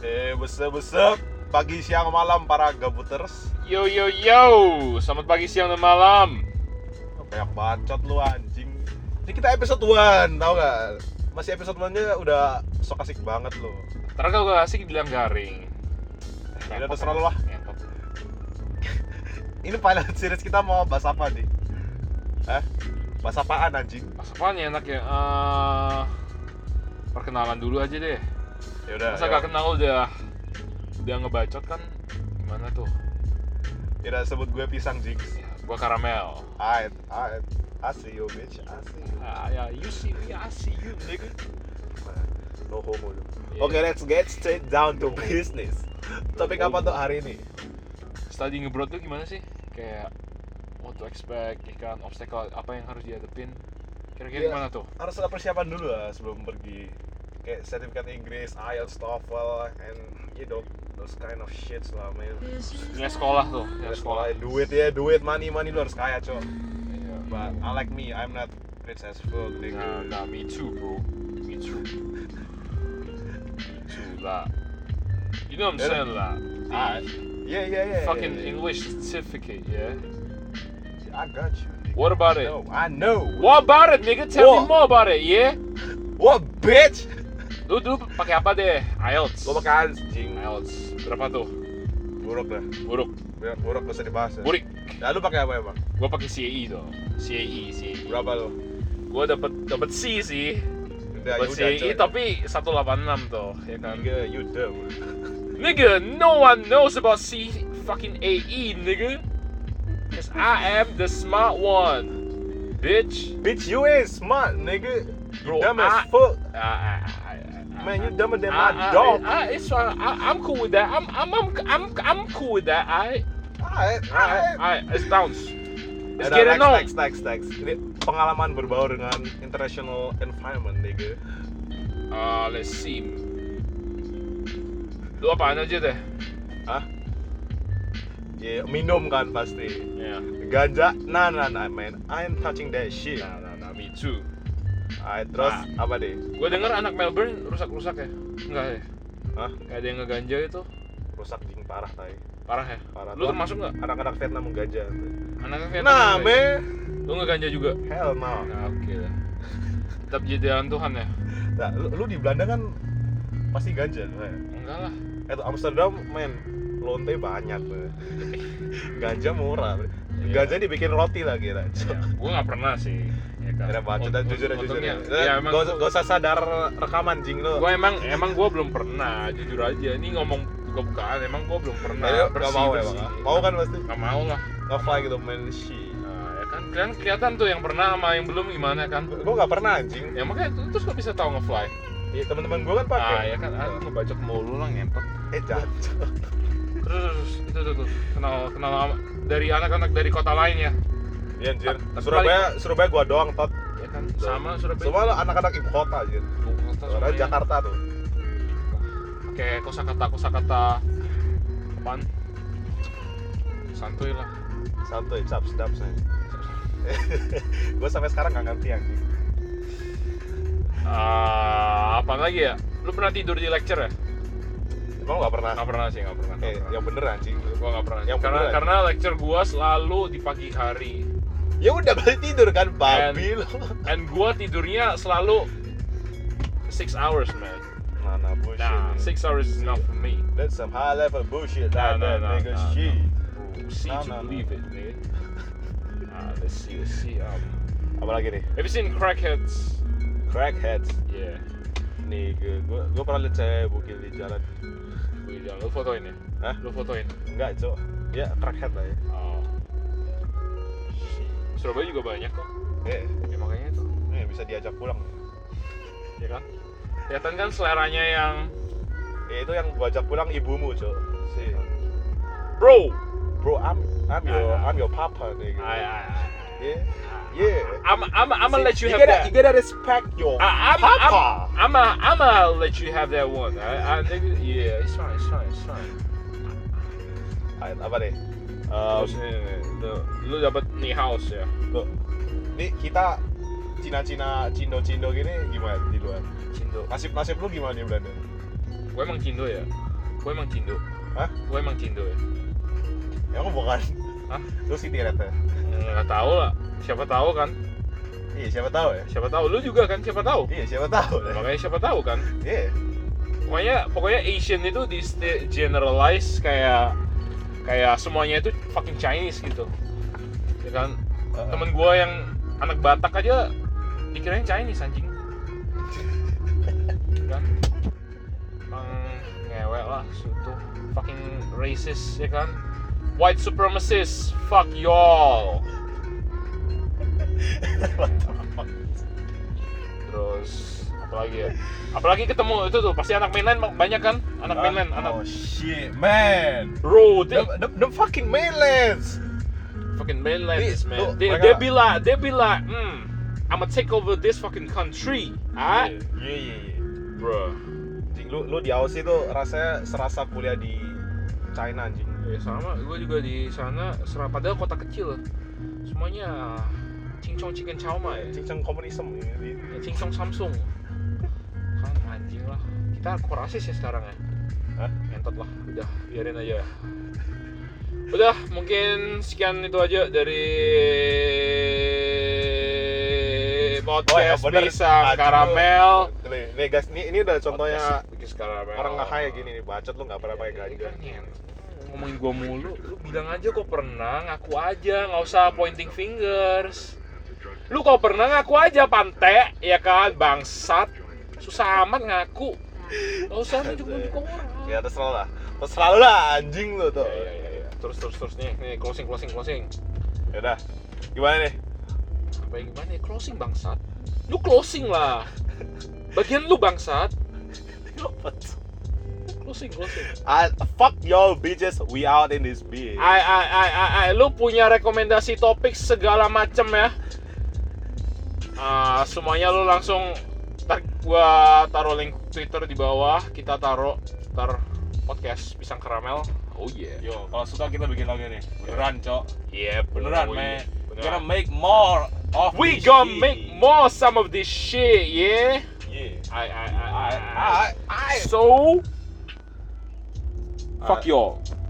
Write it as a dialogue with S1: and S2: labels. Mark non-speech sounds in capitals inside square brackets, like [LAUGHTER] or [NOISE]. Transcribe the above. S1: Eh, what's up, what's up? Pagi, siang, malam para gabuters.
S2: Yo yo yo, selamat pagi, siang, dan malam.
S1: Kayak bacot lu anjing. Ini kita episode 1, tau gak? Masih episode 1-nya udah sok asik banget lu.
S2: Ntar kalau gak asik dibilang garing.
S1: Ya udah,
S2: Iya,
S1: terserah lu lah.
S2: Ngentot.
S1: Ini pilot series kita mau bahas apa, Di? Hah? Bahas apaan anjing?
S2: Pas apaan ya enak ya? Eh, perkenalan dulu aja deh.
S1: Ya udah.
S2: Masa gak kenal udah udah ngebacot kan? Gimana tuh?
S1: Ya udah sebut gue pisang Jigs.
S2: Ya, gua karamel.
S1: Ait, ait. I see you, bitch. I see you.
S2: Ah, ya, you see me, I see you, nigga.
S1: No homo lu.
S2: Ya,
S1: Oke, let's get straight down to business. Topik apa tuh hari ini?
S2: Study ngebrot tuh gimana sih? Kayak what to expect, ya kan obstacle apa yang harus dihadapin?
S1: Iya.
S2: Kira-kira gimana tuh?
S1: harus ada persiapan dulu lah sebelum pergi kayak sertifikat Inggris, IELTS, TOEFL, and you know those kind of shit lah man.
S2: Nilai sekolah tuh, nilai
S1: Harus
S2: sekolah.
S1: sekolah duit ya duit money money lu harus kaya cok.
S2: Iya.
S1: But I like me, I'm not rich as fuck.
S2: Nah,
S1: nigga.
S2: nah, me too, bro. Me too. Me too, lah. You know what I'm saying, lah.
S1: Ah, yeah yeah yeah.
S2: Fucking
S1: yeah, yeah.
S2: English certificate, yeah.
S1: I got you. nigga.
S2: What about
S1: I
S2: it?
S1: know, I know.
S2: What about it, nigga? Tell
S1: Whoa.
S2: me more about it, yeah.
S1: What bitch?
S2: Lu dulu pakai apa deh? IELTS.
S1: Gua pakai anjing.
S2: IELTS. Berapa tuh?
S1: Buruk dah.
S2: Buruk.
S1: Buruk, buruk gak usah dibahas. Ya.
S2: Burik.
S1: Nah, lu pakai apa emang?
S2: Gua pakai CAE dong. E, CAE, CAE.
S1: Berapa lu?
S2: Gua dapat dapat C sih.
S1: Udah,
S2: Dapat
S1: ya cok.
S2: CAE E, tapi 186 tuh, ya kan.
S1: Nigga, you dumb.
S2: Nigga, no one knows about C fucking AE, nigga. Cause I am the smart one, bitch.
S1: Bitch, you ain't smart, nigga.
S2: Bro,
S1: dumb
S2: I,
S1: as fuck.
S2: I, I, I,
S1: Man, you dumber than
S2: I,
S1: my
S2: I,
S1: dog.
S2: I, I, it's fine. I, I'm cool with that. I'm, I'm, I'm, I'm, I'm cool with that. I,
S1: Alright,
S2: I,
S1: alright.
S2: I, it's bounce. Let's
S1: Ada
S2: get
S1: next,
S2: it on.
S1: next, next, next. Ini pengalaman berbaur dengan international environment, nigga.
S2: Uh, let's see. Lu apaan aja deh?
S1: Hah? Ya, minum kan pasti.
S2: Yeah.
S1: Ganja, nah, nah, nah, man. I'm touching that shit.
S2: Nah, nah, nah, me too.
S1: Alright, terus apa deh?
S2: Gue denger anak Melbourne rusak-rusak ya? Enggak ya?
S1: Hah?
S2: Kayak ada yang ngeganja itu.
S1: Rusak jing parah, tai.
S2: Parah ya?
S1: Parah.
S2: Lu termasuk nggak?
S1: Anak-anak Vietnam mengganja.
S2: Anaknya kayak
S1: Nah,
S2: apa, Ray?
S1: man.
S2: Lu ngeganja juga?
S1: Hell no.
S2: Nah, oke lah. Tetap jadi jalan Tuhan ya?
S1: Nah, lu, lu di Belanda kan pasti ganja, kan?
S2: Enggak lah.
S1: Eh tuh, Amsterdam men lonte banyak
S2: [LAUGHS]
S1: men. ganja murah men.
S2: Iya.
S1: ganja dibikin roti lagi lah
S2: Ya,
S1: kira
S2: gua nggak pernah sih. Ya, kan?
S1: ada bacot dan
S2: Unt-
S1: jujur jujur
S2: untungnya- Ya,
S1: ya,
S2: emang
S1: gak, usah- gak usah sadar rekaman jing lo
S2: gua emang emang gua belum pernah jujur aja ini ngomong buka-bukaan emang gua belum pernah
S1: gak mau ya Bang? mau kan pasti
S2: nggak mau lah
S1: nggak fly gitu men shi
S2: nah, ya kan kalian kelihatan tuh yang pernah sama yang belum gimana kan
S1: gue gak pernah anjing
S2: ya makanya itu terus kok bisa tahu ngefly
S1: ya, teman-teman gue kan pakai
S2: ah ya kan ah, ngebacot mulu lah ngempet
S1: eh jatuh
S2: terus itu tuh, tuh. kenal kenal sama- dari anak-anak dari kota lain ya
S1: iya anjir
S2: Tapi
S1: Surabaya Surabaya gue doang tot
S2: ya kan sama Surabaya
S1: semua lo anak-anak ibu kota anjir
S2: Ibu kota
S1: karena
S2: Surabaya.
S1: Jakarta tuh
S2: oke kosakata kosakata apaan santuy lah
S1: santuy cap sedap saya [LAUGHS] gue sampai sekarang gak ngerti anjing
S2: Ah, apaan lagi ya lu pernah tidur di lecture ya
S1: emang gak pernah
S2: nggak pernah sih nggak pernah, nggak
S1: eh
S2: pernah.
S1: yang bener anjing
S2: gua nggak pernah
S1: yang
S2: karena
S1: beneran.
S2: karena lecture gua selalu di pagi hari
S1: ya udah balik tidur kan babi lo
S2: and gua tidurnya selalu six hours man
S1: [LAUGHS] mana bullshit
S2: nah
S1: man.
S2: six hours is enough for me
S1: that's some high level bullshit nah,
S2: Nah, nah,
S1: that
S2: nah,
S1: nigga
S2: nah,
S1: shit
S2: Bro, see
S1: Nah,
S2: to
S1: nah, nah.
S2: believe it man Ah, let's see let's see um,
S1: apalagi nih
S2: have you seen crackheads
S1: crackheads
S2: yeah
S1: nih gue gue, gue pernah liat cewek bugil di jalan
S2: Wih, jangan lu fotoin ya?
S1: Hah?
S2: Lu fotoin?
S1: enggak cok ya crackhead lah ya
S2: Oh. Surabaya juga banyak kok.
S1: eh,
S2: Ya makanya itu,
S1: eh, bisa diajak pulang
S2: ya kan? Kelihatan kan seleranya yang
S1: ya itu yang gua ajak pulang ibumu cok si
S2: bro.
S1: bro I'm I'm
S2: Nah,
S1: your
S2: nah.
S1: I'm your papa nigga
S2: I, I,
S1: Ah, yeah Ah, yeah
S2: I'm, I'm, I'm
S1: See,
S2: gonna let you
S1: you
S2: have
S1: gotta,
S2: that.
S1: You gotta respect your
S2: I, I'm,
S1: papa.
S2: I'm, I'm, a, I'm gonna let you have that one. I, I, nigga, yeah, it's fine, it's fine, it's fine.
S1: Ayo, apa deh?
S2: Terus
S1: Um,
S2: ini, ini, lu, lu dapat nih house ya?
S1: Loh, ini kita Cina-Cina, Cindo-Cindo gini gimana di luar?
S2: Cindo.
S1: Nasib-nasib lu gimana di Belanda?
S2: Gue emang Cindo ya? Gue emang cindo.
S1: Hah?
S2: Gue emang cindo ya.
S1: Ya aku bukan.
S2: Hah?
S1: Lu sih tiret ya?
S2: Hmm, Nggak tahu lah. Siapa tahu kan?
S1: Iya, siapa tahu ya?
S2: Siapa tahu? Lu juga kan? Siapa tahu?
S1: Iya, siapa tahu. ya?
S2: Makanya siapa tahu kan?
S1: Iya.
S2: Pokoknya pokoknya Asian itu di sti- generalize kayak kayak semuanya itu fucking Chinese gitu. Ya kan?
S1: Uh-uh. [LAUGHS]
S2: Temen gue yang anak Batak aja dikirain Chinese
S1: [LAUGHS]
S2: anjing. Ya kan? Emang ngewek lah, sutu fucking racist ya kan? White supremacist, fuck y'all.
S1: What the fuck?
S2: Terus apalagi ya? Apalagi ketemu itu tuh pasti anak mainland banyak kan? Anak
S1: Hah?
S2: mainland, anak
S1: Oh iya. shit, man.
S2: Bro,
S1: The,
S2: they
S1: the, the fucking mainlands.
S2: fucking mainlanders,
S1: They-
S2: man.
S1: look,
S2: They,
S1: mereka-
S2: they be like, they be like, hmm, I'ma take over this fucking country,
S1: Iya,
S2: alright,
S1: iya, iya.
S2: bro.
S1: Anjing, lu lu di Aussie tuh rasanya serasa kuliah di China anjing.
S2: Ya sama, gue juga di sana. Serap padahal kota kecil, semuanya cincong chicken chow mai,
S1: Cincang komunisme ini.
S2: ya, cincong Samsung. Kan anjing lah. Kita kok rasis ya sekarang ya?
S1: Hah?
S2: Entot lah, udah biarin aja. Udah, mungkin sekian itu aja dari
S1: Oh ya,
S2: podcast
S1: bener.
S2: pisang
S1: Aduh.
S2: karamel.
S1: Nih, nih guys, ini ini udah contohnya
S2: Podcast ya, karamel.
S1: orang ngahai ya gini nih, bacot lu nggak pernah pakai
S2: Iya, Ini
S1: ganja.
S2: kan nyen- ngomongin gua mulu, lu bilang aja kok pernah, ngaku aja, nggak usah pointing fingers. Lu kok pernah ngaku aja pante, ya kan, bangsat. Susah amat ngaku. Nggak usah nunjuk-nunjuk orang.
S1: Ya terserah lah. Terserah lu lah anjing lu tuh.
S2: Ya, ya, ya, ya. Terus terus terus nih, nih closing closing closing.
S1: Ya udah. Gimana nih?
S2: Apa yang gimana ya? Closing bangsat. Lu closing lah. Bagian lu bangsat. Closing closing.
S1: I, fuck y'all bitches, we out in this bitch.
S2: Ay, ay, ay, ay, ay, lu punya rekomendasi topik segala macem ya? Ah, semuanya lu langsung ntar gua taruh link Twitter di bawah, kita taruh ntar podcast pisang karamel. Oh yeah.
S3: Yo, kalau suka kita bikin lagi nih. Beneran, Cok.
S2: Yeah,
S3: Beneran,
S2: boy.
S3: man. We're gonna
S2: Beneran.
S3: make more of
S2: We
S3: this
S2: gonna
S3: shit.
S2: make more some of this shit, yeah.
S1: Yeah.
S2: I, I, I, I,
S1: I, I, I,
S2: So, fuck
S1: Uh,
S2: y'all.